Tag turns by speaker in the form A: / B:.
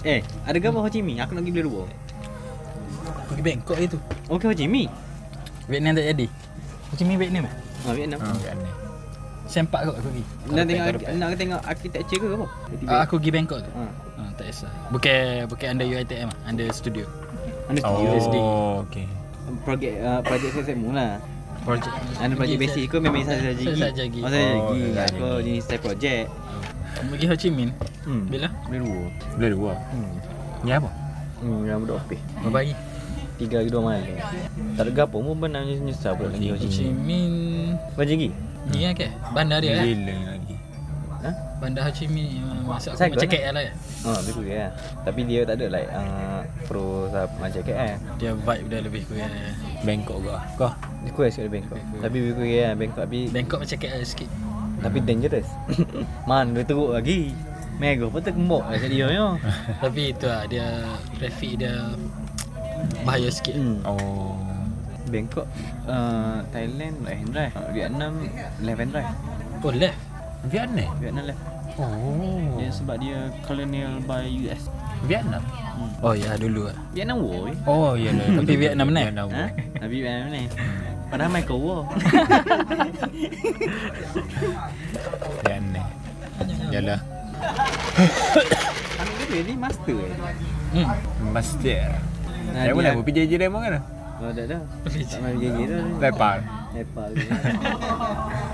A: Eh, ada gambar Ho Chi Minh. Aku nak pergi beli dua.
B: Pergi Bangkok itu.
A: Okey Ho Chi Minh.
B: Vietnam tak jadi. Macam ni Vietnam eh?
A: Ha, Vietnam.
B: Ha, Vietnam. Sempak kot aku pergi.
A: Nak tengok
B: Repek, repek.
A: nak tengok architecture ke apa?
B: Ah, aku pergi Bangkok tu.
A: Ha.
B: Ha, tak kisah. Bukan bukan under UiTM ah, under studio.
A: Anda studio
B: USD.
C: Oh, okey.
A: projek uh, projek saya semua lah.
B: Projek.
A: Anda projek basic aku memang saja
B: Saya
A: gigi.
B: saja gigi.
A: Oh, saja
C: Oh,
A: gigi.
C: saja
A: Aku
C: gigi.
A: jenis saya projek.
B: Kamu pergi Ho Chi Minh.
A: Hmm.
B: Bila?
A: Beli dua.
C: Boleh dua.
A: Hmm.
C: Ni apa?
A: Hmm, yang budak opih.
B: Berapa hari?
A: Tiga ke dua malam. Tak ada gapo pun benar nyesal pula lagi Ho
B: Ho
A: Chi
B: Chi
A: Minh.
B: Minh.
A: Macam gigi.
B: Ni lah ke? Bandar dia eh.
C: Gila lagi.
B: Bandar Ho Chi Minh ah, masa
A: Saya
B: aku macam
A: kot,
B: KL lah. ya.
A: Ha, lebih kurang lah. Tapi dia tak ada like uh, pro sah- macam KL.
B: Dia vibe dia lebih kurang.
C: Bangkok ke? Kau?
A: Dia kurang sikit dari Bangkok. Tapi lebih kurang lah Bangkok tapi
B: Bangkok macam KL sikit.
A: tapi dangerous. Man, dia teruk lagi. Mega pun terkembok lah kat dia ni.
B: Tapi itu lah dia traffic dia bahaya sikit.
A: Hmm.
C: Oh.
A: Bangkok, uh, Thailand right hand drive, uh, Vietnam left hand drive.
B: Oh left.
C: Vietnam.
A: Vietnam left.
C: Oh.
A: Dia sebab dia colonial by US.
C: Vietnam.
B: Oh ya dulu lah.
A: Vietnam War. eh?
C: Oh, ya lah.
B: Tapi Vietnam ni?
C: Vietnam.
A: Ha? Tapi Vietnam ni. Padahal Michael War.
C: Vietnam. Yalah.
A: Amin dia ni master eh. dia.
B: Hmm.
C: Masjid.
A: Nah,
C: Saya pun
A: dia-
C: nak pergi je demo kan?
A: Oh, tak ada. Tak main gigi tu.
C: Lepar.
A: Lepak.